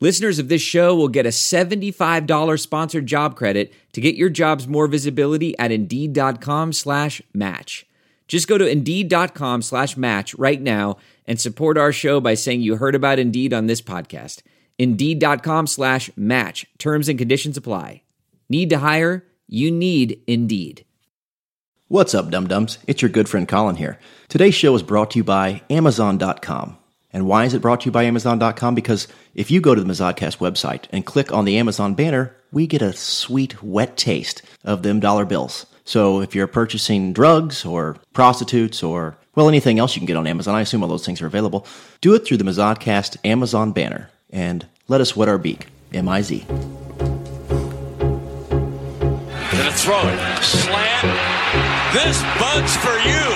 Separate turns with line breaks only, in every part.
Listeners of this show will get a $75 sponsored job credit to get your jobs more visibility at Indeed.com slash match. Just go to Indeed.com slash match right now and support our show by saying you heard about Indeed on this podcast. Indeed.com slash match. Terms and conditions apply. Need to hire? You need Indeed.
What's up, Dum Dums? It's your good friend Colin here. Today's show is brought to you by Amazon.com. And why is it brought to you by Amazon.com? Because if you go to the Mazodcast website and click on the Amazon banner, we get a sweet, wet taste of them dollar bills. So if you're purchasing drugs or prostitutes or, well, anything else you can get on Amazon, I assume all those things are available, do it through the Mazodcast Amazon banner and let us wet our beak. M I Z.
Gonna throw it. Slant. This bud's for you,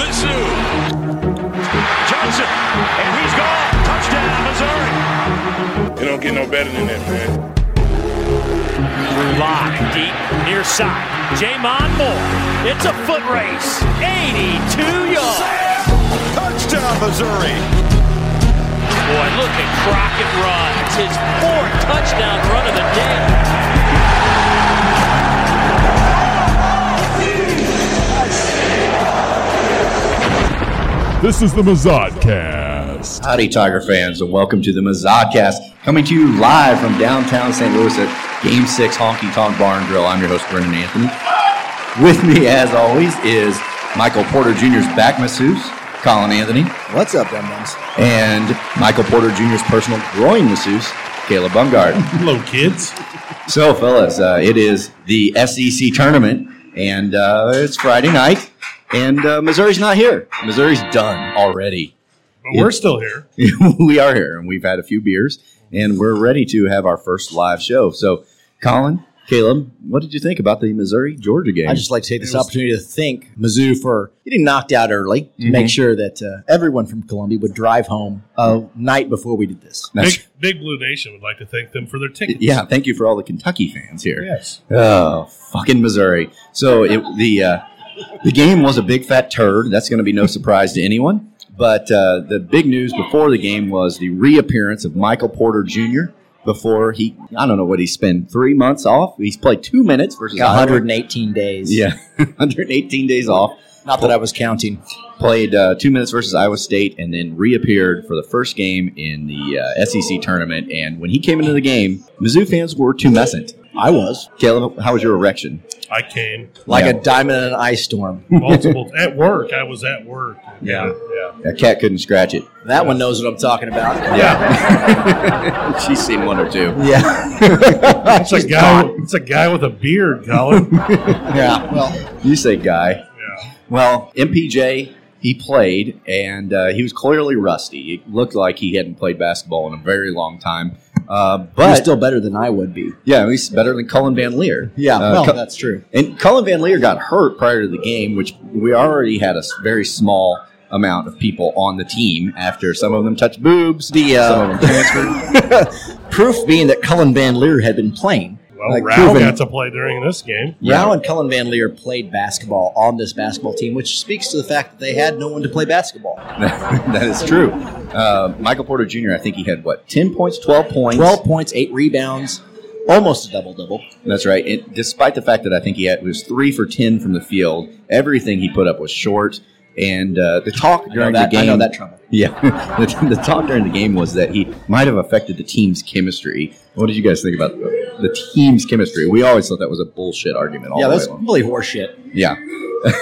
Mizzou.
Johnson, and he's gone. Touchdown, Missouri.
It don't get no better than that, man.
Lock deep near side. Jamon Moore. It's a foot race. 82 yards.
Touchdown, Missouri.
Boy, look at Crockett run. It's his fourth touchdown run of the day.
This is the Mazodcast.
Howdy, Tiger fans, and welcome to the Mazodcast, coming to you live from downtown St. Louis at Game 6 Honky Tonk Barn Grill. I'm your host, Brendan Anthony. With me, as always, is Michael Porter Jr.'s back masseuse, Colin Anthony,
What's up, Dum Dums?
and Michael Porter Jr.'s personal groin masseuse, Caleb Bungard.
Hello, kids.
So, fellas, uh, it is the SEC tournament, and uh, it's Friday night, and uh, Missouri's not here. Missouri's done already.
But we're still here.
we are here, and we've had a few beers, and we're ready to have our first live show. So, Colin, Caleb, what did you think about the Missouri Georgia game?
I just like to take this opportunity to thank Mizzou for getting knocked out early to
Mm-hmm.
make sure that uh, everyone from Columbia would drive home a night before we did this.
That's-
Big, Big Blue Nation would like to thank them for their tickets.
yeah, thank you for all the Kentucky fans here.
Yes.
Oh, fucking Missouri. So it, the uh, the game was a big fat turd. That's going to be no surprise to anyone. But uh, the big news before the game was the reappearance of Michael Porter Jr. Before he, I don't know what he spent three months off. He's played two minutes versus Iowa.
118 days.
Yeah, 118 days off.
Not that I was counting.
Played uh, two minutes versus Iowa State, and then reappeared for the first game in the uh, SEC tournament. And when he came into the game, Mizzou fans were tumescent.
I was.
Caleb, how was your erection?
I came.
Like
Yeah.
a diamond in an ice storm.
Multiple at work. I was at work.
Yeah.
Yeah.
That cat couldn't scratch it.
That one knows what I'm talking about.
Yeah. She's seen one or two.
Yeah.
It's a guy. It's a guy with a beard, Colin.
Yeah. Well, you say guy.
yeah.
Well, MPJ, he played, and uh, he was clearly rusty. It looked like he hadn't played basketball in a very long time. Uh,
But
but
still better than I would be.
yeah, he's better than Cullen Van Leer.
Yeah,
Uh,
well,
Cu-
that's true.
And Cullen Van Leer got hurt prior to the game, which we already had a s- very small amount of people on the team after some of them touched boobs,
The, uh,
some of them transferred.
Proof being that Cullen Van Leer had been playing.
Well,
Like,
Rao
proven-
got to play during this game.
Rao and Cullen Van Leer played basketball on this basketball team, which speaks to the fact that they had no one to play basketball.
that is true. Uh, Michael Porter Jr., I think he had what, 10 points, 12 points?
12 points, eight rebounds, almost a double double.
That's right. And despite the fact that I think he had, was three for 10 from the field, everything he put up was short. And uh, the talk during
that-
the
I
game.
know that trouble.
Yeah. the, the talk during the game was that he might have affected the team's chemistry. What did you guys think about the team's chemistry? We always thought that was a bullshit argument all
yeah,
the
that's
way along.
complete horseshit.
Yeah.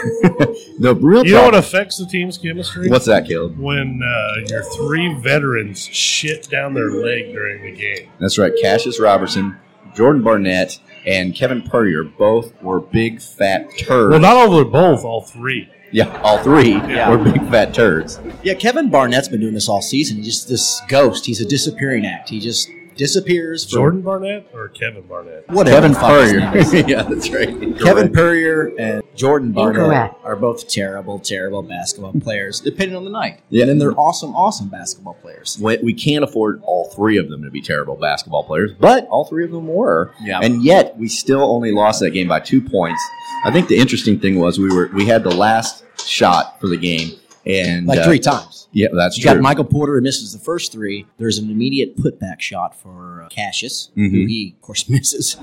the real
You know what
problem-
affects the team's chemistry?
What's that, Caleb?
when uh, your three veterans shit down their leg during the game.
That's right. Cassius Robertson, Jordan Barnett, and Kevin Purrier both were big fat turds.
Well, not over both, all three.
Yeah, all three
Yeah.
were big fat turds.
Yeah, Kevin Barnett's been doing this all season. He's just this ghost. He's a disappearing act. He just disappears. from-
Jordan Barnett or Kevin Barnett?
Whatever.
Kevin
Fox
Furrier.
knows.
yeah, that's right.
Kevin Purrier and Jordan Barnett
Incorrect.
are both terrible, terrible basketball players, depending on the night.
Yeah.
And then they're awesome, awesome basketball players.
we, we can't afford all three of them to be terrible basketball players, but all three of them were.
Yeah.
And yet we still only lost that game by two points. I think the interesting thing was we were we had the last shot for the game and
Like
uh,
three times.
Yeah, that's
You
true.
got Michael Porter who misses the first three. There's an immediate putback shot for uh, Cassius, who
Mhm.
he, of course, misses.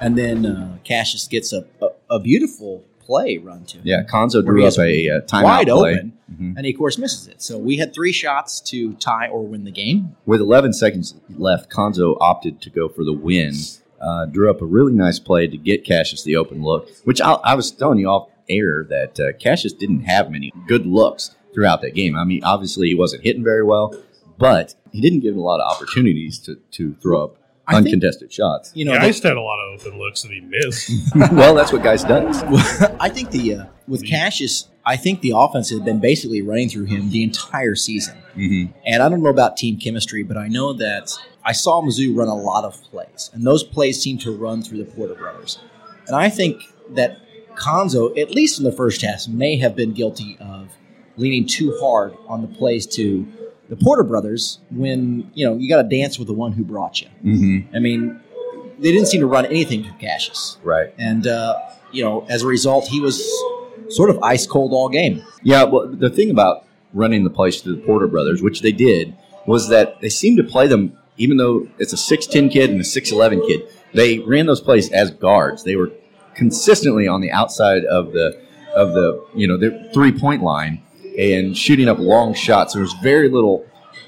And then uh, Cassius gets a, a, a beautiful play run to him.
yeah, Konzo
where he
drew up
has
a, uh timeout
wide
play Mm-hmm.
open, and he of course misses it. So we had three shots to tie or win the game.
with 11 seconds left. Konzo opted to go for the win. Uh, drew up a really nice play to get Cassius the open look, which I, I was telling you off air that uh, Cassius didn't have many good looks throughout that game. I mean, obviously he wasn't hitting very well, but he didn't give him a lot of opportunities to, to throw up
I think-
uncontested shots.
You know,
Geist had a lot of open looks that he missed.
well, that's what guys does.
the- I think the uh, with Cassius, I think the offense had been basically running through him the entire season.
Mhm.
And I don't know about team chemistry, but I know that I saw Mizzou run a lot of plays, and those plays seem to run through the Porter brothers. And I think that Konzo, at least in the first half, may have been guilty of leaning too hard on the plays to the Porter brothers when you know you got to dance with the one who brought you.
Mm-hmm.
I mean, they didn't seem to run anything to Cassius.
Right.
And, uh, you know, as a result, he was sort of ice cold all game.
Yeah, well, the thing about running the place to the Porter brothers, which they did, was that they seemed to play them, even though it's a 6'10 kid and a 6'11 kid, they ran those plays as guards. They were consistently on the outside of the, of the you know, the three point line and shooting up long shots. There was very little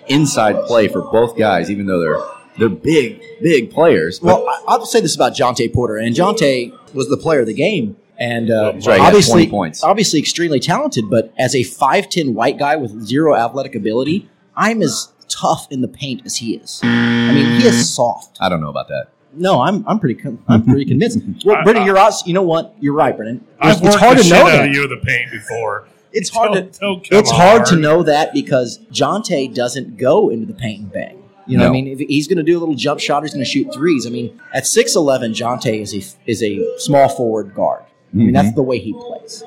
inside play for both guys, even though they're, they're big, big players. But
Well, I- I'll say this about Jonte Porter, and Jonte was the player of the game, and uh,
That's right, he had
obviously,
20 points.
obviously, extremely talented. But as a five ten white guy with zero athletic ability, I'm as tough in the paint as he is. I mean, he is soft.
I don't know about that.
No, I'm I'm pretty con- I'm pretty convinced. Well,
I-
Brennan,
I-
you're out. You know what? You're right, Brennan.
I've
It's, it's
worked
hard
the
to
shit
know
out
that.
of you with a paint before.
It's hard
Don't-
to
don't come
it's hard to
hard.
know that because Jonte doesn't go into the paint and bang. You know,
No.
what I mean, if he's going to do a little jump shot, he's going to shoot threes. I mean, at 6'11", Jonte is a is a small forward guard. I mean,
Mm-hmm.
that's the way he plays.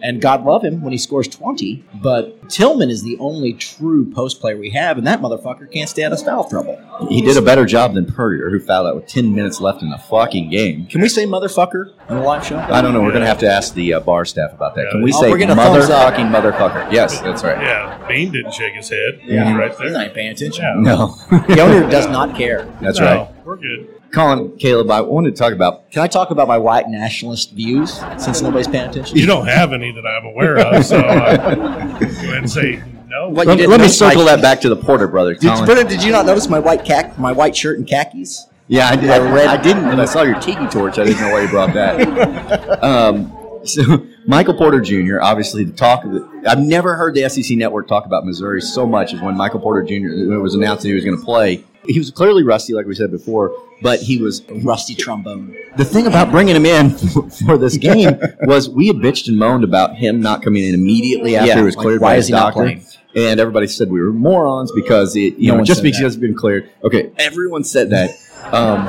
And God love him when he scores twenty. But Tillman is the only true post player we have, and that motherfucker can't stay out of foul trouble.
He did a better job than Purrier, who fouled out with 10 minutes left in the fucking game.
Can we say motherfucker on the live show?
I don't know. We're going to have to ask the uh, bar staff about that. Can we
Oh,
say
we're getting a thumbs up.
motherfucking motherfucker? Yes, that's right.
Yeah, Bean didn't shake his head. He was
Yeah.
right there.
He's not paying attention.
Yeah.
No,
The owner does not care.
that's
No,
right.
We're good.
Colin, Caleb, I wanted to talk about.
Can I talk about my white nationalist views since nobody's paying attention?
You don't have any that I'm aware of, so uh, go ahead and say no.
Let,
didn't
let me
know-
circle
like-
that back to the Porter brother,
Did,
Colin.
Brennan, did you not notice my white cac- my white shirt and khakis?
Yeah, I, did. I,
read-
didn't, and I saw your tiki torch. I didn't know why you brought that. um, so, Michael Porter Jr., obviously the talk of the, I've never heard the SEC network talk about Missouri so much as when Michael Porter Jr. when it was announced that he was going to play. He was clearly rusty, like we said before, but he was
Rusty trombone.
the thing about bringing him in for this game was we had bitched and moaned about him not coming in immediately after
Yeah,
he was
like,
cleared
why
by
is
his
he not
doctor.
playing?
And everybody said we were morons because it, you know
No one
just
said
because
that.
it's been cleared. Okay, everyone said that. Um,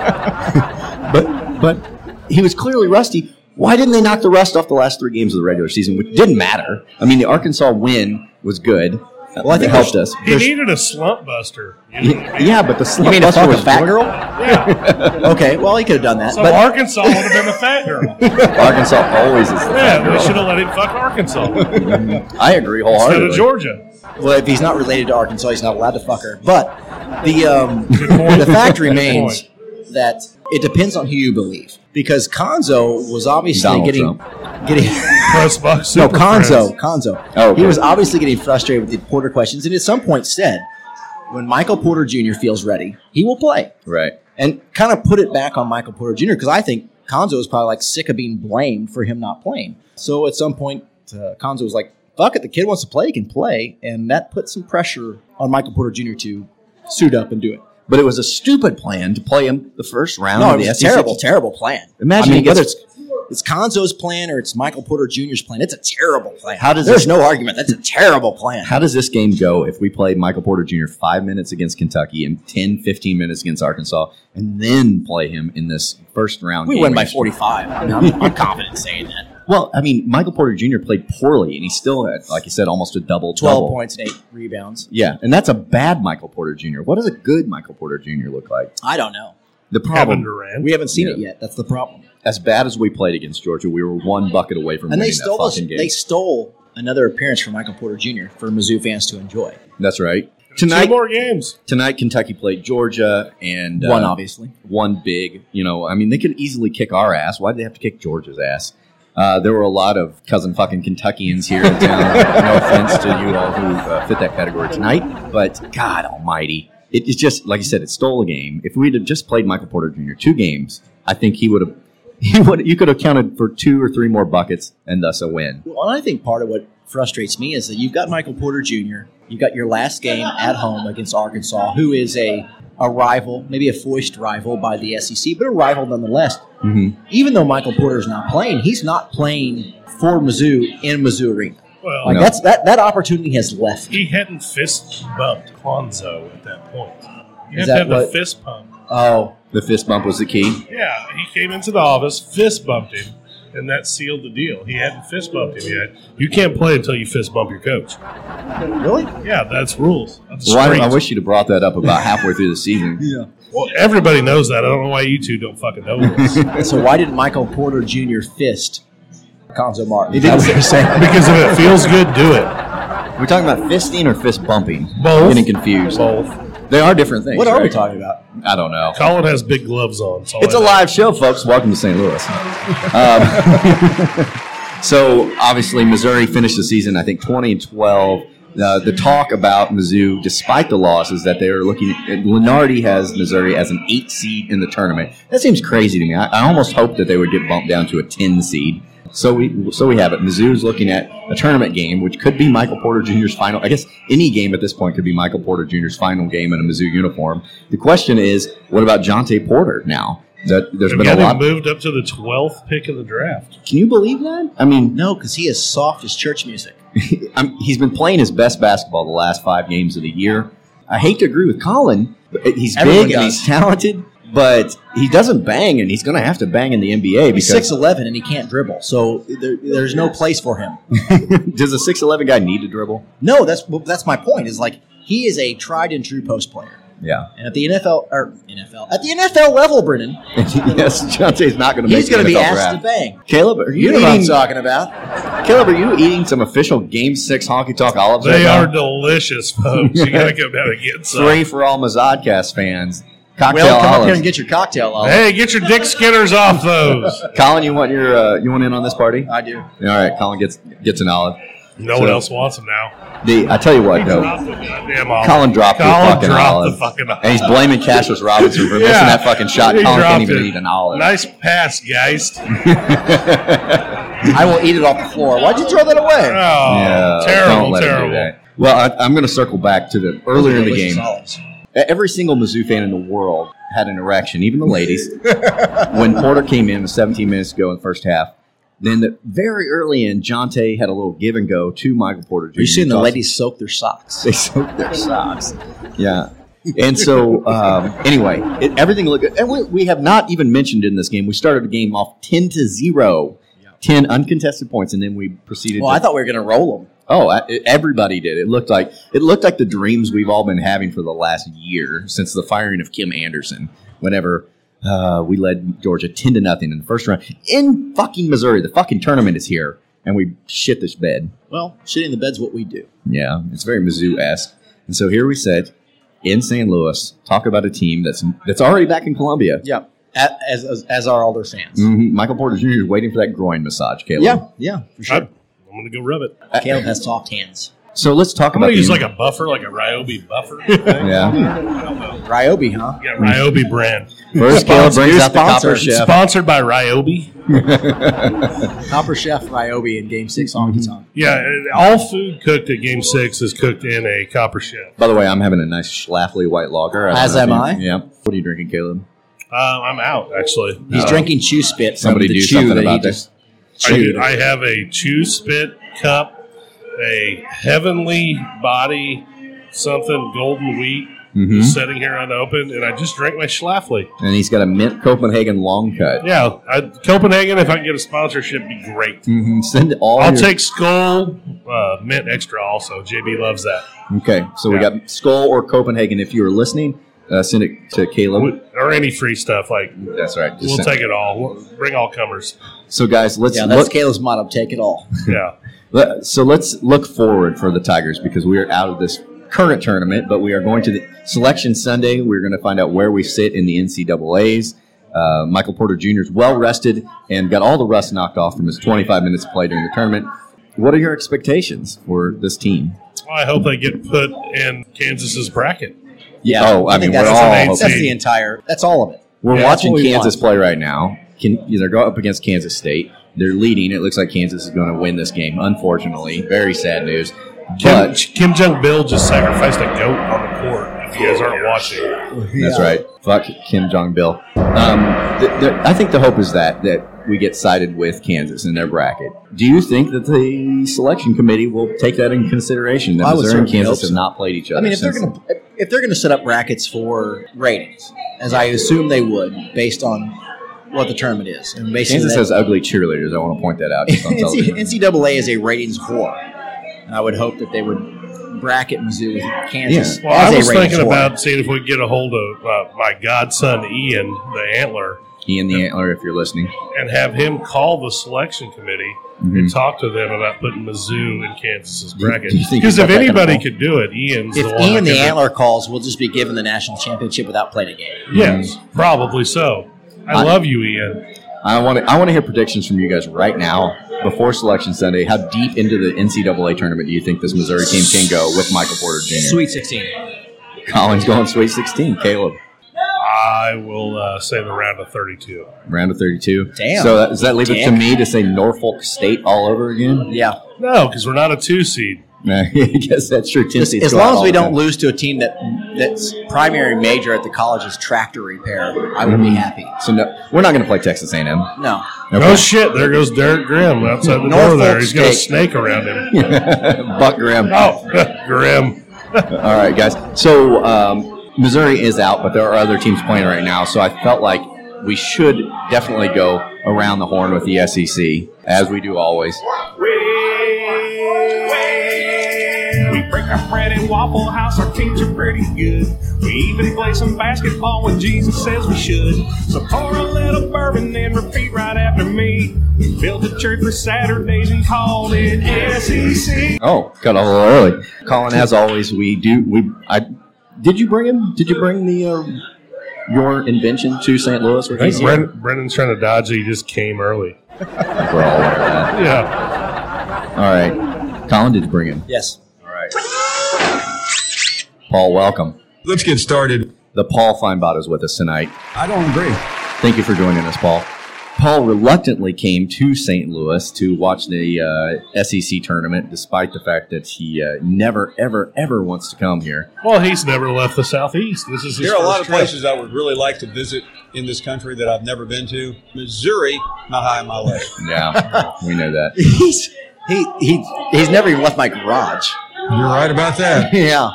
but but he was clearly rusty. Why didn't they knock the rust off the last three games of the regular season, which didn't matter? I mean, the Arkansas win was good. Well, I think it helped us.
He needed a slump buster. You know what I mean?
Yeah, but the slump
mean to
buster
fuck a
was
fat
good.
girl?
Yeah.
Okay, well he could have done that.
So
but
Arkansas would have been the fat girl.
Arkansas always is. the
Yeah,
fat
we
girl.
should have let him fuck Arkansas
I agree
instead of
wholeheartedly.
Georgia.
well, if he's not related to Arkansas, he's not allowed to fuck her. But the um,
point.
the fact
Good
remains that it depends on who you believe, because Konzo was obviously
Donald
getting getting.
Press box.
No,
Super
Konzo.
Friends.
Konzo.
Oh, okay.
He was obviously getting frustrated with the Porter questions, and at some point said, "When Michael Porter Jr. feels ready, he will play."
Right.
And kind of put it back on Michael Porter Jr. because I think Konzo was probably like sick of being blamed for him not playing. So at some point, uh, Konzo was like, "Fuck it, the kid wants to play, he can play," and that put some pressure on Michael Porter Jr. to suit up and do it.
But it was a stupid plan to play him the first round
No,
of
it
the
was a
SEC.
terrible, terrible plan.
Imagine
I mean,
he gets-
whether it's it's Conzo's plan or it's Michael Porter Jr.'s plan. It's a terrible plan.
How does
There's
this-
no argument. That's a terrible plan.
How does this game go if we played Michael Porter Jr. five minutes against Kentucky and 10, 15 minutes against Arkansas, and then play him in this first round?
we
game
win by
against-
45. I mean, I'm, I'm confident saying that.
Well, I mean, Michael Porter Jr. played poorly, and he still had, like you said, almost a double
12
double.
points and eight rebounds.
Yeah, and that's a bad Michael Porter Jr. What does a good Michael Porter Jr. look like?
I don't know.
The
Kevin
problem,
Durant.
We haven't seen it
Yeah.
yet. That's the problem.
as bad as we played against Georgia, we were one bucket away from
And
winning
they stole
that
us,
fucking game.
they stole another appearance from Michael Porter Jr. for Mizzou fans to enjoy.
that's right.
Two
Tonight,
more games.
tonight Kentucky played Georgia and
One,
uh,
obviously.
one big. You know, I mean, they could easily kick our ass. Why did they have to kick Georgia's ass? Uh, there were a lot of cousin fucking Kentuckians here in town. no offense to you all who uh, fit that category tonight, but God Almighty, it is just like you said. It stole a game. If we'd have just played Michael Porter Jr. two games, I think he would have. He would. You could have counted for two or three more buckets, and thus a win.
Well, and I think part of what frustrates me is that you've got Michael Porter Jr., you've got your last game at home against Arkansas, who is a, a rival, maybe a foist rival by the SEC, but a rival nonetheless.
Mm-hmm.
Even though Michael Porter's not playing, he's not playing for Mizzou in Mizzou Arena.
Well,
Like
No.
that's that that opportunity has left.
he hadn't fist bumped Kwanzo at that point. You have
Is that
to have the
what-
fist pump.
Oh,
The fist bump was the key.
Yeah, he came into the office, fist bumped him, and that sealed the deal. He hadn't fist bumped him yet. You can't play until you fist bump your coach.
really?
Yeah, that's rules. That's
Well, I,
street.
I wish you'd have brought that up about halfway through the season.
Yeah.
Well, everybody knows that. I don't know why you two don't fucking know this.
So why didn't Michael Porter Jr. fist Conzo Martin?
He didn't say
because if it feels good, do it.
We're talking about fisting or fist bumping.
Both.
I'm getting confused.
Both.
They are different things.
What are we
right?
talking about?
I don't know.
Colin has big gloves on. So
It's
I
a
know.
live show, folks. Welcome to St. Louis. Um, so obviously, Missouri finished the season, I think, twenty and twelve. Uh, the talk about Mizzou, despite the loss, is that they are looking. Lenardi has Missouri as an eight seed in the tournament. That seems crazy to me. I, I almost hoped that they would get bumped down to a ten seed. So we so we have it. Mizzou's looking at a tournament game, which could be Michael Porter Jr.'s final. I guess any game at this point could be Michael Porter Jr.'s final game in a Mizzou uniform. The question is, what about Jonte Porter now? That there's
They've
been a
got him
lot.
moved up to the 12th pick of the draft.
Can you believe that? I mean,
No, because he is soft as church music.
I'm, he's been playing his best basketball the last five games of the year. I hate to agree with Colin. but He's
Everyone
big and
does.
he's talented, but he doesn't bang, and he's going to have to bang in the NBA because
He's six eleven and he can't dribble, so there, there's no place for him.
does a six eleven guy need to dribble?
No, that's well, that's my point. Is like he is a tried and true post player,
Yeah.
and at the NFL or NFL at the NFL level, Brennan,
yes, Jonte's not going to make.
he's going to
the
be
NFL
asked
draft.
to bang.
Caleb, are you,
You know what I'm
eating?
talking about?
Caleb, are you eating some official Game Six hockey talk olives?
They
right
are
now?
delicious, folks. You gotta come down and get some.
free for all Mazodcast fans. Cocktail
Well, come up here
olives.
and get your cocktail. Olive.
Hey, get your Dick Skinners off those.
Colin, you want your uh, you want in on this party?
I do.
All right, Colin gets gets an olive.
No one else wants them now.
The I tell you what,
Drop
though,
the goddamn olive.
Colin dropped
Colin
the fucking
dropped
olive,
the fucking olive.
and he's blaming Cassius Robinson for missing that fucking shot.
He
Colin can't
dropped
even
it.
eat an olive.
Nice pass, Geist. Oh,
I will eat it off the floor. Why'd you throw that away?
Yeah, don't
Oh, terrible,
let him do
terrible.
that. Well, I, I'm going to circle back to the earlier in the game. E,
Olives.
Every single Mizzou fan in the world had an erection, even the ladies, when Porter came in with 17 minutes to go in the first half. Then the, very early in, Jonte had a little give and go to Michael Porter Jr.
Are you seeing the
Johnson-
ladies soak their socks?
They soaked their socks. Yeah. And so, um, anyway, it, everything looked good. And we, we have not even mentioned in this game, we started the game off 10 to 0, 10 uncontested points, and then we proceeded
Well,
to
I thought we were going to roll them.
Oh, I, it- everybody did. It looked like it looked like the dreams we've all been having for the last year since the firing of Kim Anderson. Whenever uh, we led Georgia ten to nothing in the first round in fucking Missouri, the fucking tournament is here, and we shit this bed.
Well, shitting in the bed's what we do.
Yeah, it's very Mizzou esque. And so here we sit in St. Louis, talk about a team that's that's already back in Columbia.
Yeah, as as, as are all their fans.
Mhm. Michael Porter Jr. is waiting for that groin massage, Caleb.
Yeah, yeah, for sure.
I'm, I'm gonna go rub it.
Caleb has soft hands.
So let's talk
I'm
about
gonna use
the-
like a buffer, like a Ryobi buffer. thing.
yeah.
Ryobi, huh?
Yeah, Ryobi brand.
First, Caleb brings out the copper
Sponsors.
chef.
Sponsored by Ryobi.
Copper Chef Ryobi in Game Six Honky
Mm-hmm.
Tonk.
Yeah, and all food cooked at Game Six is cooked in a copper shell.
By the way, I'm having a nice Schlafly white lager. I don't
As
know if
am
you-
I.
Yeah. What are you drinking, Caleb?
Uh, I'm out, actually. Uh,
He's drinking chew spit. From
Oh. Somebody
the
do
chew
something
that he
about
just-
this.
I, do- I have a chew spit cup, a heavenly body, something golden wheat
Mhm.
just sitting here unopened, and I just drank my Schlafly.
And he's got a mint Copenhagen long cut.
Yeah, I, Copenhagen, if I can get a sponsorship, be great.
hmm Send all.
I'll
your-
take Skull uh, Mint Extra also. JB loves that.
Okay, so
Yeah.
we got Skull or Copenhagen. If you are listening, uh, send it to Caleb.
Or any free stuff. Like,
That's right. just
we'll
send-
take it all. We'll bring all comers.
So guys, let's
Yeah, that's
look. Oh,
Caleb's motto. Take it all.
Yeah.
Let- So let's look forward for the Tigers because we are out of this current tournament, but we are going to the selection Sunday. We're going to find out where we sit in the NCAA's. Uh, Michael Porter Jr. is well rested and got all the rust knocked off from his 25 minutes of play during the tournament. What are your expectations for this team?
I hope they get put in Kansas's bracket.
Yeah.
Oh, I mean,
think
we're
that's,
all
that's
hoping-
the entire. That's all of it.
We're
Yeah, that's
watching
what we
Kansas
want.
play right now. Can they're going up against Kansas State? They're leading. It looks like Kansas is going to win this game. Unfortunately, very sad news.
Kim,
But
Kim Jong Bill just sacrificed a goat on the court. If you guys aren't watching,
That's right. Fuck Kim Jong Bill. Um, th- th- I think the hope is that that we get sided with Kansas in their bracket. Do you think that the selection committee will take that in consideration? That
I would
Missouri and
certainly
Kansas
hope so.
have not played each other.
I mean, if they're
since-
going to if they're going to set up brackets for ratings, as I assume they would, based on what the tournament is, and based
Kansas
on
has
that,
ugly cheerleaders. I want to point that out. Just on television.
NCAA is a ratings whore, and I would hope that they would bracket Mizzou with Kansas.
Yeah.
well,
as
I
a
was
ratings
thinking
whore.
about seeing if we could get a hold of uh, my godson Ian, the antler,
Ian the Antler, if you're listening. Mm-hmm.
and have him call the selection committee and talk to them about putting Mizzou in Kansas's
Do Hmm. you-
bracket.
do you think
Because
he's
if
got that kind of
anybody
ball?
could do it, Ian's
If
the one.
Ian
that
the
could-
Antler calls, we'll just be given the national championship without playing a game.
yes,
Hmm.
probably so. I,
I-
love you, Ian.
I want to I want to hear predictions from you guys right now before Selection Sunday. How deep into the NCAA tournament do you think this Missouri team can go with Michael Porter Jr.?
Sweet sixteen.
Collins going Sweet 16. Caleb.
I will uh, say the round of thirty-two.
Round of 32.
Damn.
So that, does that leave it to
Damn.
me to say Norfolk State all over again?
Yeah.
No, because we're not a two seed.
I guess that's true. Tennessee's
as
going
long as
all
we
the
don't
time.
lose to a team that that's primary major at the college is tractor repair, I would be happy.
So no, we're not going to play Texas A&M.
No.
Oh shit! There goes Derek Grimm outside the door.
Norfolk
There, he's got a
State.
snake around him.
Buck Graham.
Oh, Grimm.
All right, guys. So um, Missouri is out, but there are other teams playing right now. So I felt like we should definitely go around the horn with the SEC as we do always.
We break our bread at Waffle House, our teams are pretty good. We even play some basketball when Jesus says we should. So pour a little bourbon and repeat right after me. We built a church for Saturdays and called it E SEC.
Oh, cut a little early. Colin, as always, we do. We I did you bring him? Did you bring the uh, your invention to St. Louis? With
I
you?
think Bren, Brendan's trying to dodge it. He just came early.
We're all over that.
Yeah.
All right, Colin did you bring him.
Yes.
Paul, welcome.
Let's get started.
The Paul Feinbot is with us tonight.
I don't agree.
Thank you for joining us, Paul. Paul reluctantly came to St. Louis to watch the uh, SEC tournament, despite the fact that he uh, never, ever, ever wants to come here.
Well, he's never left the southeast. This is his
There are a lot of
first trip.
places I would really like to visit in this country that I've never been to. Missouri, not high on my list.
Yeah, we know that.
He's he he he's never even left my garage.
You're right about that.
Yeah.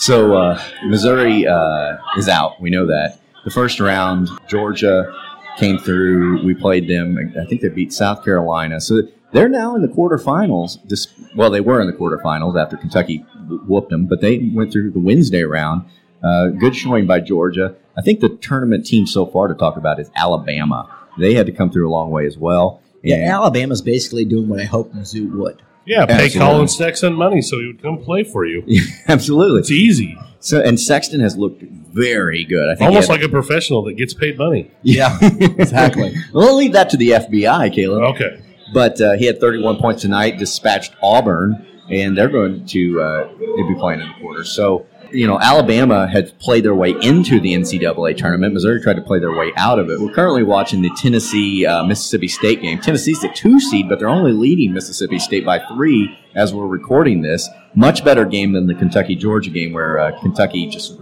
So uh, Missouri uh, is out. We know that. The first round, Georgia came through. We played them. I think they beat South Carolina. So they're now in the quarterfinals. Dis- Well, they were in the quarterfinals after Kentucky whooped them, but they went through the Wednesday round. Uh, good showing by Georgia. I think the tournament team so far to talk about is Alabama. They had to come through a long way as well.
Yeah,
And-
Alabama's basically doing what I hoped Mizzou would.
Yeah, pay
Absolutely.
Colin Sexton money so he would come play for you.
absolutely.
It's easy.
So and Sexton has looked very good. I think he
Almost
had-
like a professional that gets paid money.
Yeah, exactly. we'll leave that to the FBI, Caleb.
Okay.
But uh, he had 31 points tonight, dispatched Auburn, and they're going to uh, they'll be playing in the quarter. So, you know, Alabama had played their way into the NCAA tournament. Missouri tried to play their way out of it. We're currently watching the Tennessee uh, Mississippi State game. Tennessee's the two seed, but they're only leading Mississippi State by three as we're recording this. Much better game than the Kentucky Georgia game, where uh, Kentucky just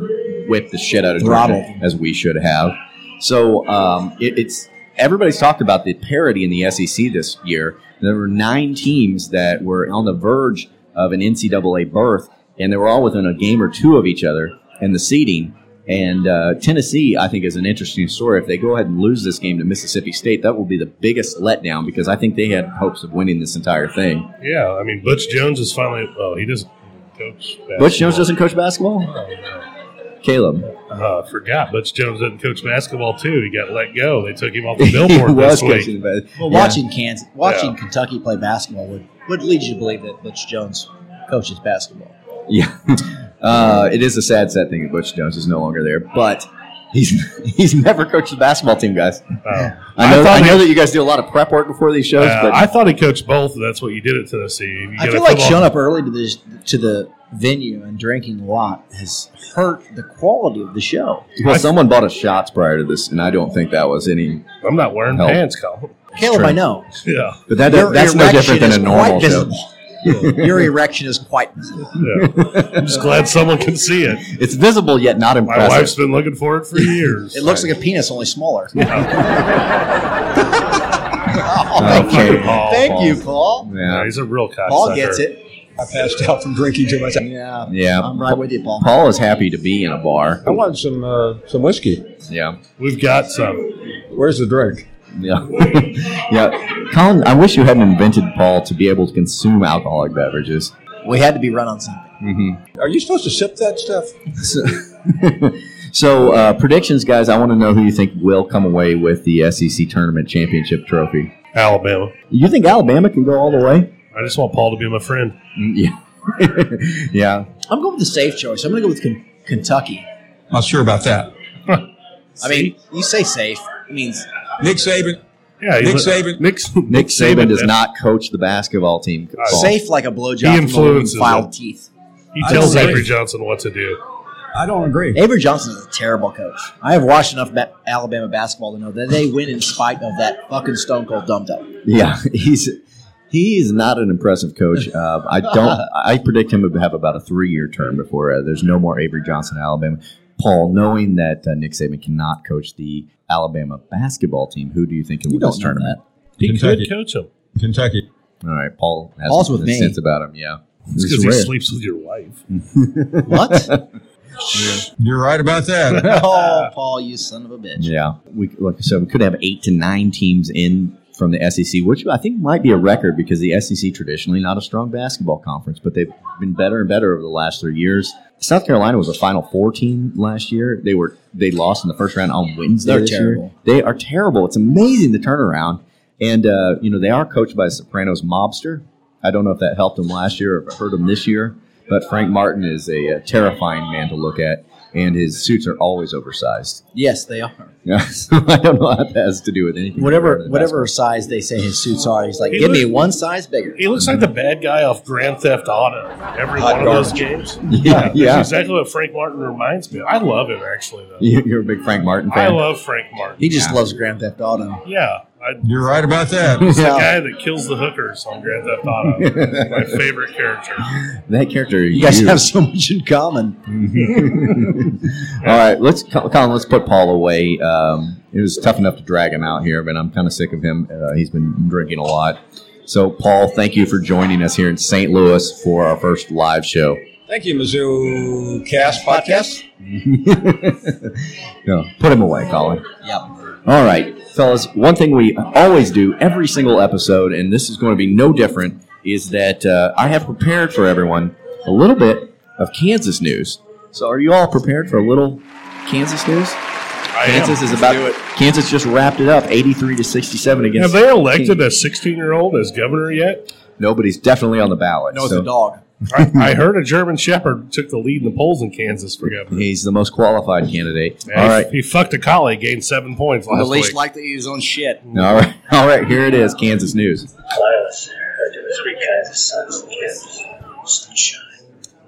whipped the shit out of Georgia
Throttled.
as we should have. So um, it, it's everybody's talked about the parity in the SEC this year. There were nine teams that were on the verge of an NCAA berth, and they were all within a game or two of each other in the seeding. And uh, Tennessee, I think, is an interesting story. If they go ahead and lose this game to Mississippi State, that will be the biggest letdown because I think they had hopes of winning this entire thing.
Yeah, I mean, Butch Jones is finally. Well, he doesn't coach. Basketball.
Butch Jones doesn't coach basketball. Caleb,
Uh, I forgot Butch Jones doesn't coach basketball too. He got let go. They took him off the billboard this week.
coaching the bas-
Well,
Yeah.
watching Kansas, watching Kentucky play basketball would, would lead you to believe that Butch Jones coaches basketball.
Yeah, uh, it is a sad, sad thing that Butch Jones is no longer there, but he's he's never coached the basketball team, guys.
Uh,
I know,
I thought
I, know
he-
that you guys do a lot of prep work before these shows,
Uh,
but
I thought he coached both. and That's what you did at Tennessee. You
I
got
feel
a
like
football-
showing up early to the to the venue and drinking a lot has hurt the quality of the show.
well, someone bought us shots prior to this, and I don't think that was any.
I'm not wearing
No.
pants, Colin.
Caleb,
true.
I know
Yeah,
But that
Your
that's no
erection
different than
is
a normal
quite
show.
visible. Your erection is quite visible.
yeah. I'm just glad someone can see it.
It's visible yet not
My
impressive.
wife's been looking for it for years.
It looks like a penis, only smaller.
okay.
Thank you, Paul.
Yeah,
Yeah.
he's a real cocksucker.
Paul gets it. I passed out from drinking too much. Yeah,
Yeah.
I'm right with you, Paul.
Paul is happy to be in a bar.
I want some uh, some whiskey.
Yeah.
We've got some.
Where's the drink?
Yeah. yeah. Colin, I wish you hadn't invented Paul to be able to consume alcoholic beverages.
We had to be run on something.
Are you supposed to sip that stuff?
So, so uh, predictions, guys. I want to know who you think will come away with the SEC tournament championship trophy.
Alabama.
You think Alabama can go all the way?
I just want Paul to be my friend.
Mm, Yeah, yeah.
I'm going with the safe choice. I'm going to go with Ken- Kentucky.
Not sure about that.
I mean, you say safe it means
Nick Saban.
Yeah, he's
Nick
a-
Saban.
Nick,
Nick Saban does Uh, not coach the basketball team. Paul.
safe like a
He
blowjob from a
influences
filed
it.
teeth.
He tells
I don't
Avery
agree.
Johnson what to do.
I don't agree.
Avery Johnson is a terrible coach. I have watched enough ba- Alabama basketball to know that they win in spite of that fucking Stone Cold dumb dumb.
Yeah, he's he is not an impressive coach. Uh, I don't. I predict him to have about a three-year term before uh, there's no more Avery Johnson at Alabama. Paul, knowing that uh, Nick Saban cannot coach the Alabama basketball team, who do you think can win this tournament?
He
Kentucky.
could coach him.
Kentucky.
All right, Paul has
Paul's with
a
me.
sense about him. Yeah,
It's
It's
because he
rare.
sleeps with your wife.
What?
You're right about that.
oh, Paul, you son of a bitch.
Yeah, we like so we could have eight to nine teams in from the SEC, which I think might be a record because the SEC traditionally not a strong basketball conference, but they've been better and better over the last three years. South Carolina was a Final Four team last year. They were they lost in the first round on Wednesday.
They're
this year.
terrible.
They are terrible. It's amazing the turnaround, and uh, you know they are coached by a Sopranos mobster. I don't know if that helped them last year or hurt them this year, but Frank Martin is a, uh terrifying man to look at, and his suits are always oversized.
Yes, they are.
Yeah, so I don't know how that has to do with anything.
Whatever,
regarding
whatever size they say his suits are, he's like,
He
give me
looks-
one size bigger.
He looks like the bad guy off Grand Theft Auto. Every
Hot
one of
garbage.
those games.
Yeah,
that's
yeah.
exactly what Frank Martin reminds me. of. I love him actually though.
basketball. You- You're a big Frank Martin
I
fan.
love Frank Martin.
He just
Yeah.
loves Grand Theft Auto.
yeah, I,
You're right about that.
the
Yeah.
guy that kills the hookers on Grand Theft Auto. my favorite character.
that character.
You guys have so much in common.
All right, let's Col- Colin. Let's put Paul away. Um, it was tough enough to drag him out here, but I'm kind of sick of him. Uh, he's been drinking a lot. So, Paul, thank you for joining us here in St. Louis for our first live show.
Thank you, Mizzou Cast Podcast.
No, put him away, Colin.
Yep.
All right, fellas, one thing we always do every single episode, and this is going to be no different, is that uh, I have prepared for everyone a little bit of Kansas news. So, are you all prepared for a little Kansas news?
I am.
Kansas is about Kansas just wrapped it up, eighty-three to sixty-seven against.
Have they elected a 16 year old as governor yet?
Nobody's definitely on the ballot.
No, it's
so
a dog.
I,
Hmm.
I heard a German Shepherd took the lead in the polls in Kansas for governor.
He's the most qualified candidate.
Yeah,
all
he-
right,
He fucked a colleague, gained seven points last week.
like to eat his own shit.
all right, all right. Here it is, Kansas news.
Clouds are the three kinds of suns in Kansas sunshine,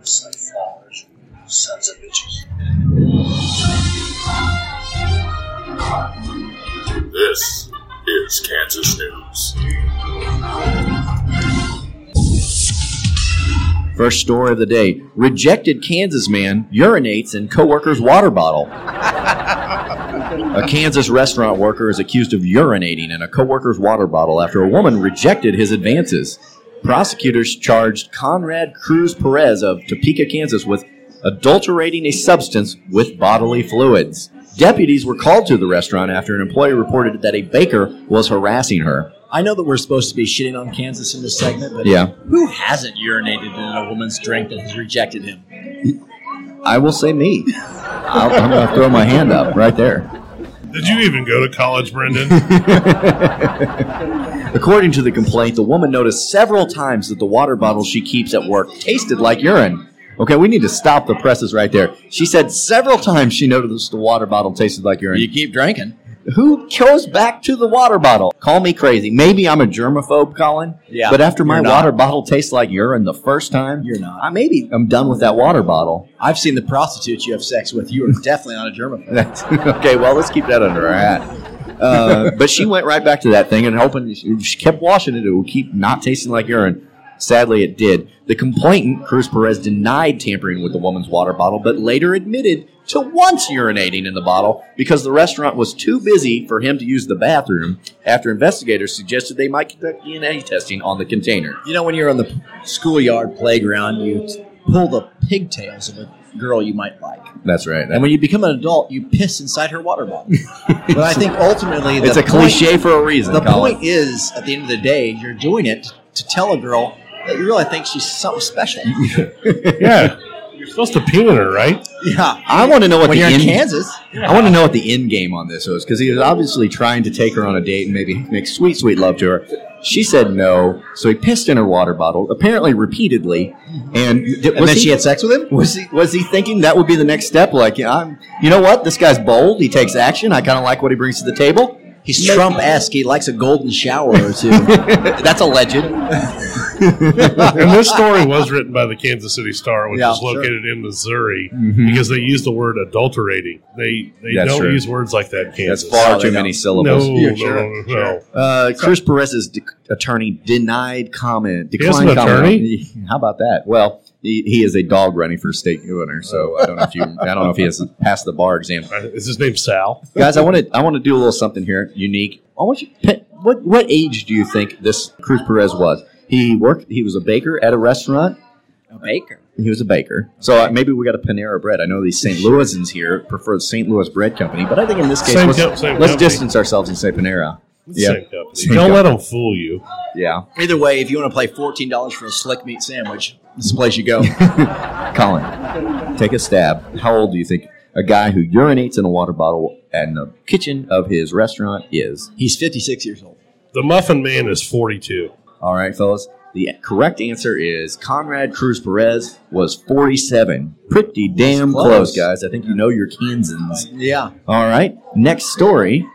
sunflowers, sons of bitches. This is Kansas News.
First story of the day: rejected Kansas man urinates in coworker's water bottle. A Kansas restaurant worker is accused of urinating in a coworker's water bottle after a woman rejected his advances. Prosecutors charged Conrad Cruz Perez of Topeka, Kansas, with adulterating a substance with bodily fluids. Deputies were called to the restaurant after an employee reported that a baker was harassing her.
I know that we're supposed to be shitting on Kansas in this segment, but
Yeah.
who hasn't urinated in a woman's drink that has rejected him?
I will say me. I'll, I'm going to throw my hand up right there.
Did you even go to college, Brendan?
According to the complaint, the woman noticed several times that the water bottle she keeps at work tasted like urine. Okay, we need to stop the presses right there. She said several times she noticed the water bottle tasted like urine. You
keep drinking.
Who goes back to the water bottle? Call me crazy. Maybe I'm a germaphobe, Colin.
Yeah,
But after my
you're not.
water bottle tastes like urine the first time,
You're not.
I maybe I'm done with that water bottle.
I've seen the prostitute you have sex with. You are definitely not a germaphobe.
That's, okay, well, let's keep that under our hat. Uh, but she went right back to that thing and hoping she, she kept washing it. It would keep not tasting like urine. Sadly, it did. The complainant, Cruz Perez, denied tampering with the woman's water bottle, but later admitted to once urinating in the bottle because the restaurant was too busy for him to use the bathroom after investigators suggested they might conduct DNA testing on the container.
You know, when you're on the schoolyard playground, you t- pull the pigtails of a girl you might like.
That's right.
And when you become an adult, you piss inside her water bottle. but I think ultimately, the
it's a
point-
cliche for a reason.
The
Colin.
point is, at the end of the day, you're doing it to tell a girl that you really think she's something special.
yeah. You're supposed to pee in her, right?
yeah.
I want to know what
When
the
you're in
end,
Kansas.
I want to know what the end game on this was because he was obviously trying to take her on a date and maybe make sweet, sweet love to her. She said no, so he pissed in her water bottle, apparently repeatedly, and, did-
And then she had sex with him?
Was he was he thinking that would be the next step? Like, yeah, I'm, you know what? This guy's bold. He takes action. I kind of like what he brings to the table.
He's Trump esque. He likes a golden shower or two.
That's alleged.
and this story was written by the Kansas City Star, which
Yeah,
is located in Missouri,
Mhm.
because they use the word adulterating. They they
That's
don't
true.
use words like that in
That's
Kansas.
far too many syllables.
No,
Yeah,
no,
sure.
no, no.
Uh, Chris Perez's de- attorney denied comment.
has
Declined
an
comment.
attorney?
How about that? Well, he, he is a dog running for state governor, so I don't know if you, I don't know if he has passed the bar exam.
Uh, Is his name Sal?
Guys, I want to, I want to do a little something here, unique. I want you. pe- What, what age do you think this Cruz Perez was? He worked. He was a baker at a restaurant.
a baker.
He was a baker. So uh, maybe we got a Panera Bread. I know these St. Louisans here prefer the St. Louis Bread Company, but I think in this case,
Same
let's,
co- same
let's
company.
distance ourselves and say Panera. Yeah.
Same company.
Same
don't let
company.
him fool you.
Yeah.
Either way, if you want to play fourteen dollars for a slick meat sandwich, this is the place you go.
Colin, take a stab. How old do you think a guy who urinates in a water bottle in the kitchen of his restaurant is?
He's fifty six years old.
The Muffin Man is forty-two.
All right, fellas. The correct answer is Conrad Cruz Perez was 47. Pretty damn
Close.
close. guys. I think you know your Kansans.
Yeah.
All right, next story.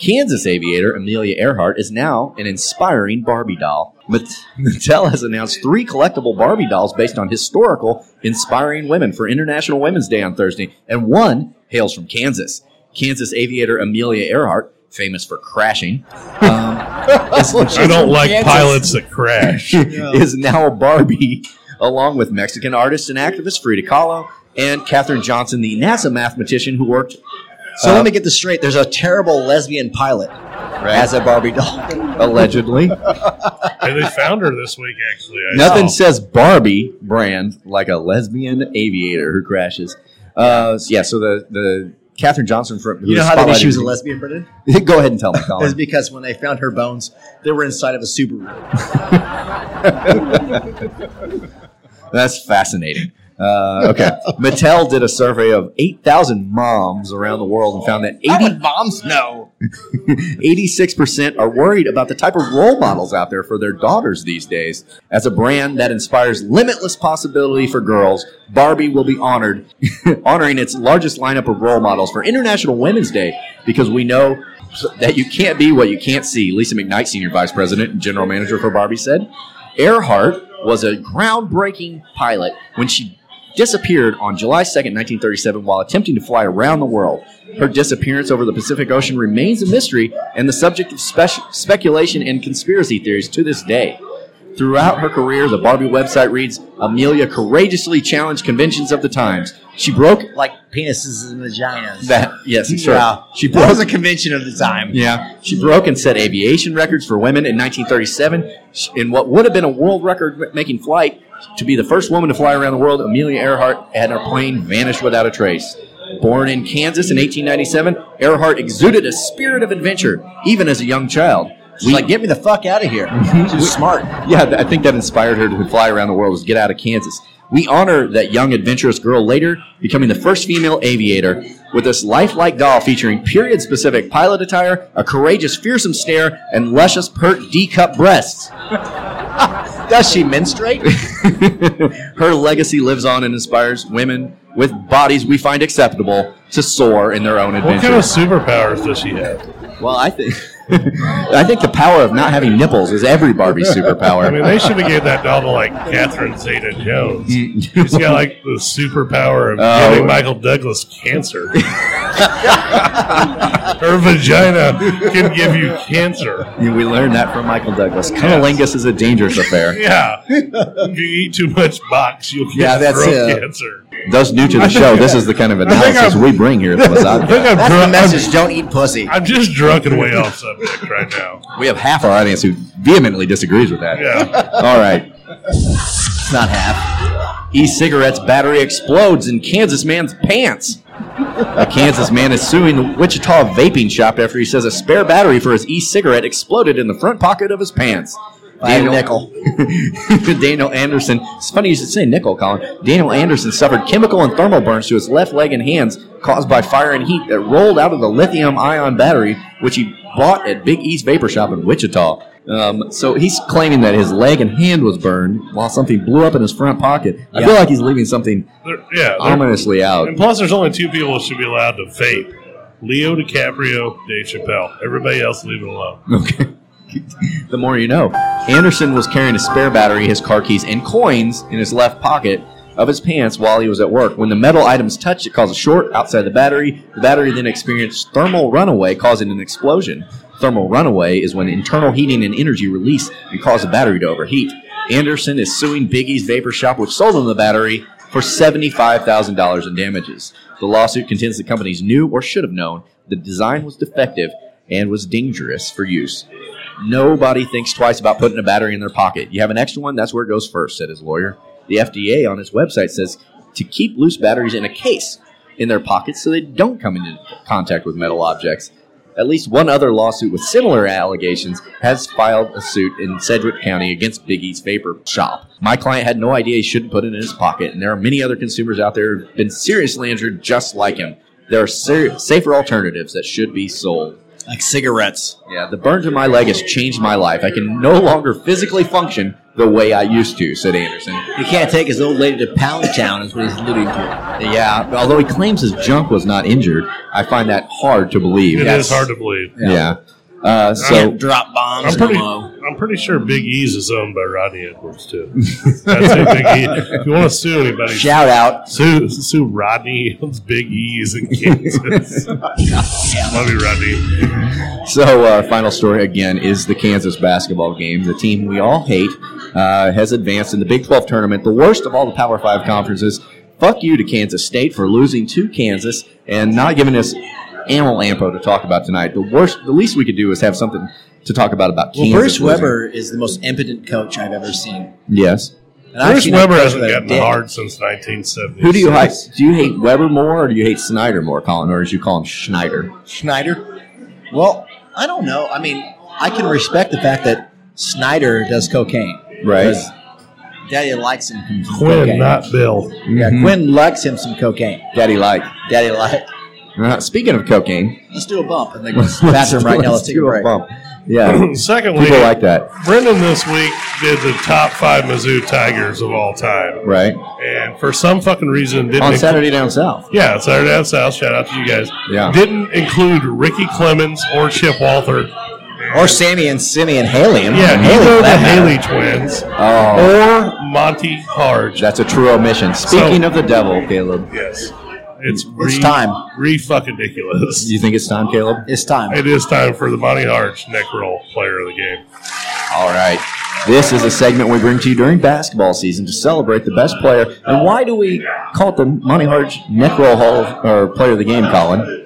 Kansas aviator Amelia Earhart is now an inspiring Barbie doll. Mat- Mattel has announced three collectible Barbie dolls based on historical inspiring women for International Women's Day on Thursday, and one hails from Kansas. Kansas aviator Amelia Earhart, famous for crashing, um,
I don't like pilots that crash.
is now a Barbie, along with Mexican artist and activist Frida Kahlo and Katherine Johnson, the NASA mathematician who worked Uh,
So let me get this straight. There's a terrible lesbian pilot as a Barbie doll.
allegedly.
and they found her this week, actually. I
Nothing
saw.
says Barbie brand like a lesbian aviator who crashes. Uh, so yeah, so the the Katherine Johnson from who
You know how they knew
spotlighted-
she was a lesbian, Brendan?
Go ahead and tell me,
It was
Colin.
because when they found her bones, they were inside of a Subaru.
That's fascinating. Uh, okay, Mattel did a survey of eight thousand moms around the world and found that eighty
moms know.
86% are worried about the type of role models out there for their daughters these days. As a brand that inspires limitless possibility for girls, Barbie will be honored, honoring its largest lineup of role models for International Women's Day because we know that you can't be what you can't see, Lisa McKnight, Senior Vice President and General Manager for Barbie, said. Earhart was a groundbreaking pilot when she disappeared on July 2nd, 1937, while attempting to fly around the world. Her disappearance over the Pacific Ocean remains a mystery and the subject of spec- speculation and conspiracy theories to this day. Throughout her career, the Barbie website reads Amelia courageously challenged conventions of the times. She broke
like penises and vaginas.
that. Yes, sure.
Yeah.
She
That was
broke
a convention of the time.
yeah. She broke and set aviation records for women in 1937. She- In what would have been a world record making flight, to be the first woman to fly around the world, Amelia Earhart had her plane vanish without a trace. Born in Kansas in 1897, Earhart exuded a spirit of adventure, even as a young child. She's like,
get me the fuck out of here.
She's smart. Mhm. Yeah, th- I think that inspired her to fly around the world, was get out of Kansas. We honor that young adventurous girl later, becoming the first female aviator with this lifelike doll featuring period specific pilot attire, a courageous, fearsome stare, and luscious, pert D cup breasts.
Does she menstruate?
Her legacy lives on and inspires women with bodies we find acceptable to soar in their own
What
adventures.
kind of superpowers does she have?
well, I think. I think the power of not having nipples is every Barbie's superpower.
I mean, they should have gave that doll to like Catherine Zeta Jones. She's got like the superpower of
Oh.
giving Michael Douglas cancer. Her vagina can give you cancer.
Yeah, we learned that from Michael Douglas. Cunnilingus is a dangerous affair.
Yeah. if you eat too much box, you'll get
Yeah, that's
throat
it.
cancer.
Those new to the show, this is the kind of
I think
analysis
I'm-
we bring here at the
I think I'm
Mazada.
That's the
drunk. I'm,
message. Don't eat pussy.
I'm just drunk and way off subject right now.
We have half our audience who vehemently disagrees with that.
Yeah.
All right.
It's not half.
E-cigarettes battery explodes in Kansas man's pants. A Kansas man is suing the Wichita vaping shop after he says a spare battery for his e-cigarette exploded in the front pocket of his pants.
Buy a nickel.
Daniel Anderson. It's funny you should say nickel, Colin. Daniel Anderson suffered chemical and thermal burns to his left leg and hands caused by fire and heat that rolled out of the lithium ion battery, which he bought at Big East Vapor Shop in Wichita. Um, so he's claiming that his leg and hand was burned while something blew up in his front pocket. I feel like he's leaving something
They're- yeah. they're-
ominously out.
And plus, there's only two people that should be allowed to vape Leo DiCaprio, Dave Chappelle. Everybody else, leave it alone.
Okay. the more you know. Anderson was carrying a spare battery, his car keys, and coins in his left pocket of his pants while he was at work. When the metal items touched, it caused a short outside the battery. The battery then experienced thermal runaway, causing an explosion. Thermal runaway is when internal heating and energy release and cause the battery to overheat. Anderson is suing Biggie's Vapor Shop, which sold him the battery, for $75,000 in damages. The lawsuit contends the companies knew or should have known the design was defective and was dangerous for use. Nobody thinks twice about putting a battery in their pocket. You have an extra one, that's where it goes first, said his lawyer. The FDA on its website says to keep loose batteries in a case in their pockets so they don't come into contact with metal objects. At least one other lawsuit with similar allegations has filed a suit in Sedgwick County against Big East Vapor Shop. My client had no idea he shouldn't put it in his pocket, and there are many other consumers out there who've been seriously injured just like him. There are ser- safer alternatives that should be sold.
Like cigarettes.
Yeah, the burns in my leg has changed my life. I can no longer physically function the way I used to, said Anderson.
He can't take his old lady to Pound Town, is what he's alluding to.
Yeah, although he claims his junk was not injured, I find that hard to believe.
It is
That's-
hard to believe.
Yeah. Uh, so,
Can't drop bombs
I'm
in the
pretty,
low.
I'm pretty sure Big E's is owned by Rodney Edwards, too. That's who Big E. If you want to sue anybody,
Shout out.
sue, sue Rodney owns Big E's in Kansas. Love you, Rodney.
so uh, final story again is the Kansas basketball game. The team we all hate uh, has advanced in the Big 12 tournament, the worst of all the Power Five conferences. Fuck you to Kansas State for losing to Kansas and not giving us Amel Ampo to talk about tonight. The worst, the least we could do is have something to talk about about
Well,
Kansas.
Bruce
losing.
Weber is the most impotent coach I've ever seen.
Yes.
And I've
Bruce
seen a
Weber
coach
hasn't
with a
gotten
dick.
hard since 1970.
Who do you hate? Do you hate Weber more or do you hate Snyder more, Colin? Or as you call him, Schneider?
Schneider. Well, I don't know. I mean, I can respect the fact that Snyder does cocaine.
Right.
Because Daddy likes him some
Quinn,
cocaine.
not Mm-hmm. Bill.
yeah, Quinn likes him some cocaine.
Daddy like.
Daddy like.
Uh, speaking of cocaine,
Let's do a bump and then go to the bathroom right now. Let's take a
do
break.
bump. Yeah,
Secondly,
people like that,
Brendan this week did the top five Mizzou Tigers of all time.
right?
And for some fucking reason, didn't
On
include-
Saturday down south.
Yeah, Saturday Down South. Shout out to you guys.
Yeah.
Didn't include Ricky Clemens or Chip Walther.
Or Sammy and Simeon Haley. I mean,
Yeah,
Haley
either
for
the
that matter.
Haley twins
Oh,
or Monty Harge.
that's a true omission. Speaking of the devil, Caleb,
Yes. It's,
It's time.
Re fucking ridiculous.
do you think it's time, Caleb?
It's time.
It is time for the Monty Harge neck roll player of the game.
All right. This is a segment we bring to you during basketball season to celebrate the best player. And why do we call it the Monty Hardge Neck Roll Hall of- or Player of the Game, Colin?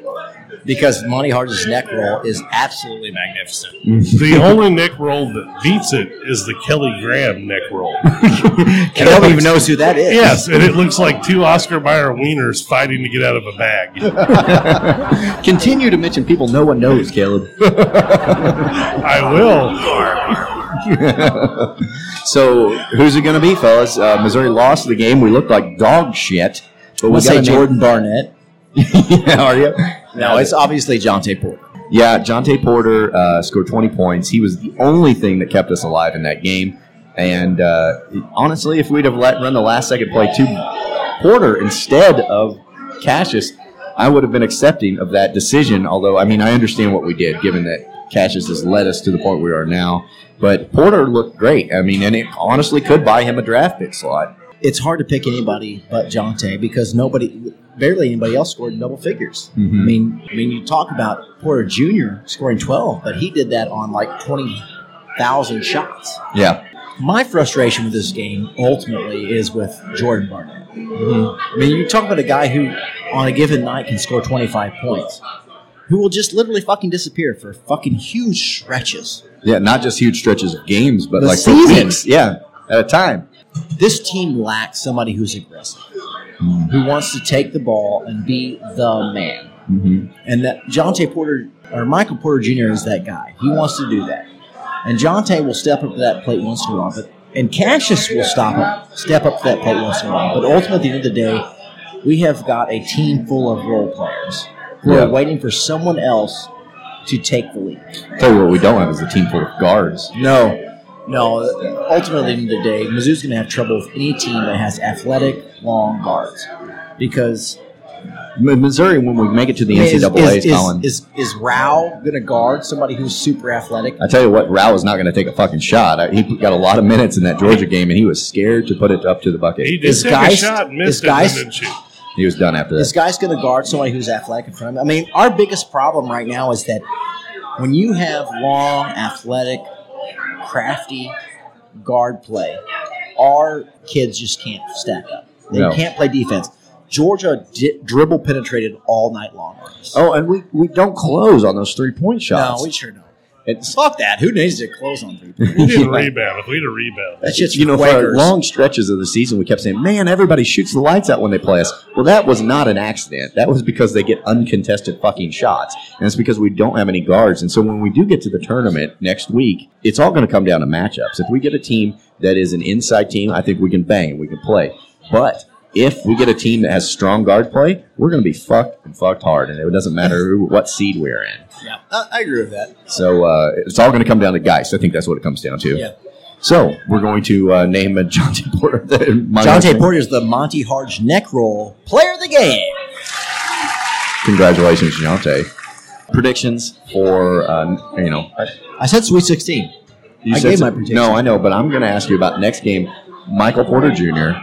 Because Monty Hardge's neck roll is absolutely magnificent.
the only neck roll that beats it is the Kelly Graham neck roll.
And nobody even knows who that is.
Yes, and it looks like two Oscar Mayer wieners fighting to get out of a bag.
Continue to mention people no one knows, Caleb.
I will.
so, who's it going to be, fellas? Uh, Missouri lost the game. We looked like dog shit. But we
We'll
got
say
a name-
Jordan Barnett.
yeah, are you?
No, it's obviously Jonte Porter.
Yeah, Jonte Porter uh, scored 20 points. He was the only thing that kept us alive in that game. And uh, honestly, if we'd have let run the last second play to Porter instead of Cassius, I would have been accepting of that decision. Although, I mean, I understand what we did, given that Cassius has led us to the point we are now. But Porter looked great. I mean, and it honestly could buy him a draft pick slot.
It's hard to pick anybody but Jonte because nobody, barely anybody else scored in double figures. I mean, I mean, you talk about Porter Jr. scoring 12, but he did that on like 20,000 shots.
Yeah.
My frustration with this game ultimately is with Jordan Barnett. I mean, you talk about a guy who, on a given night, can score 25 points, who will just literally fucking disappear for fucking huge stretches.
Yeah, not just huge stretches of games, but
The
like for
season.
weeks. Yeah, at a time.
This team lacks somebody who's aggressive, who wants to take the ball and be the man. And that Jonte Porter or Michael Porter Jr. is that guy. He wants to do that. And Jonte will step up to that plate once in a while, but and Cassius will stop up, step up to that plate once in a while. But ultimately, at the end of the day, we have got a team full of role players who
Yeah.
are waiting for someone else to take the lead.
Tell you what, we don't have is a team full of guards.
No, no. Ultimately, at the end of the day, Mizzou's going to have trouble with any team that has athletic long guards because
M- Missouri, when we make it to the
is,
NCAA's,
is, is,
Colin,
is, is Rao going to guard somebody who's super athletic?
I tell you what, Rao is not going to take a fucking shot. I, he got a lot of minutes in that Georgia game, and he was scared to put it up to the bucket.
He
He,
did
Is
take a
Geist-
shot and
is
missed it,
Geist-
didn't you?
was done after
This
that.
guy's going to guard somebody who's athletic in front of him. I mean, our biggest problem right now is that when you have long, athletic, crafty guard play, our kids just can't stack up. They
No.
can't play defense. Georgia di- dribble penetrated all night long. on us.
Oh, and we, we don't close on those three point shots.
No, we sure don't.
It's-
Fuck that. Who needs to close on three points?
We didn't
Yeah.
rebound. If we'd have rebounded,
That's just
you know, for
Quakers.
long stretches of the season, we kept saying, "Man, everybody shoots the lights out when they play us." Well, that was not an accident. That was because they get uncontested fucking shots, and it's because we don't have any guards. And so when we do get to the tournament next week, it's all going to come down to matchups. If we get a team that is an inside team, I think we can bang and we can play. But if we get a team that has strong guard play, we're going to be fucked and fucked hard, and it doesn't matter who, what seed we're in.
Yeah, I, I agree with that.
So uh, it's all going to come down to Geist. I think that's what it comes down to.
Yeah.
So we're going to uh, name a John T. Porter. The, my
John Tate
husband.
Porter is the Monty Harge neck roll player of the game.
Congratulations, John T. Predictions for uh, you know.
I said Sweet 16.
You
I
said
gave
some-
my prediction.
No, I know, but I'm going to ask you about next game. Michael Porter Jr.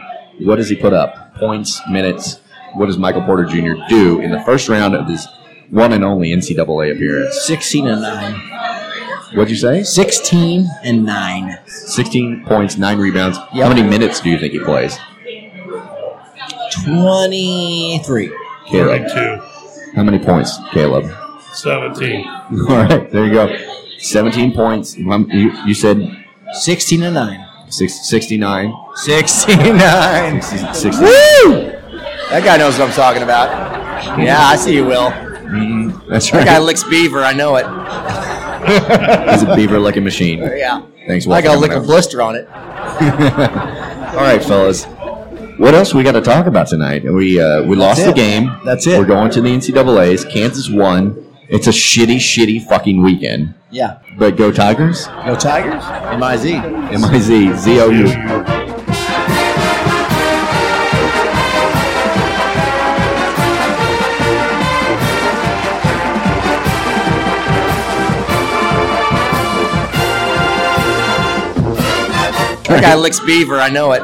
What does he put up? Points, minutes. What does Michael Porter Jr. do in the first round of his one and only NCAA appearance?
16 and 9.
What'd you say?
16 and 9.
16 points, nine rebounds.
Yep.
How many minutes do you think he plays?
23.
Caleb.
two,
How many points, Caleb?
seventeen.
All right, there you go. 17 points. Um, You, you said
16 and 9.
six, 69.
69.
60, 60.
Woo!
That guy knows what I'm talking about.
Yeah, I see you, Will.
That's
That guy
right.
licks beaver. I know it.
He's a beaver licking machine.
Yeah.
Thanks, Will.
I got
for
a lick
coming
of
out.
blister on it.
All right, fellas. What else we got to talk about tonight? We uh, we lost the
it.
game.
That's it.
We're going to the NCAA's. Kansas won. It's a shitty, shitty fucking weekend.
Yeah.
But go Tigers.
Go Tigers. M-I-Z.
M I Z Z O U.
That guy licks beaver. I know it.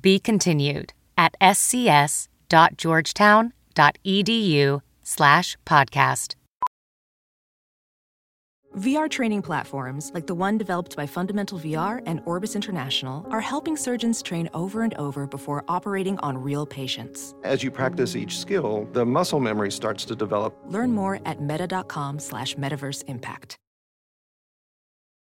Be continued at scs.georgetown.edu slash podcast.
VR training platforms like the one developed by Fundamental VR and Orbis International are helping surgeons train over and over before operating on real patients.
As you practice each skill, the muscle memory starts to develop.
Learn more at meta.com slash metaverse impact.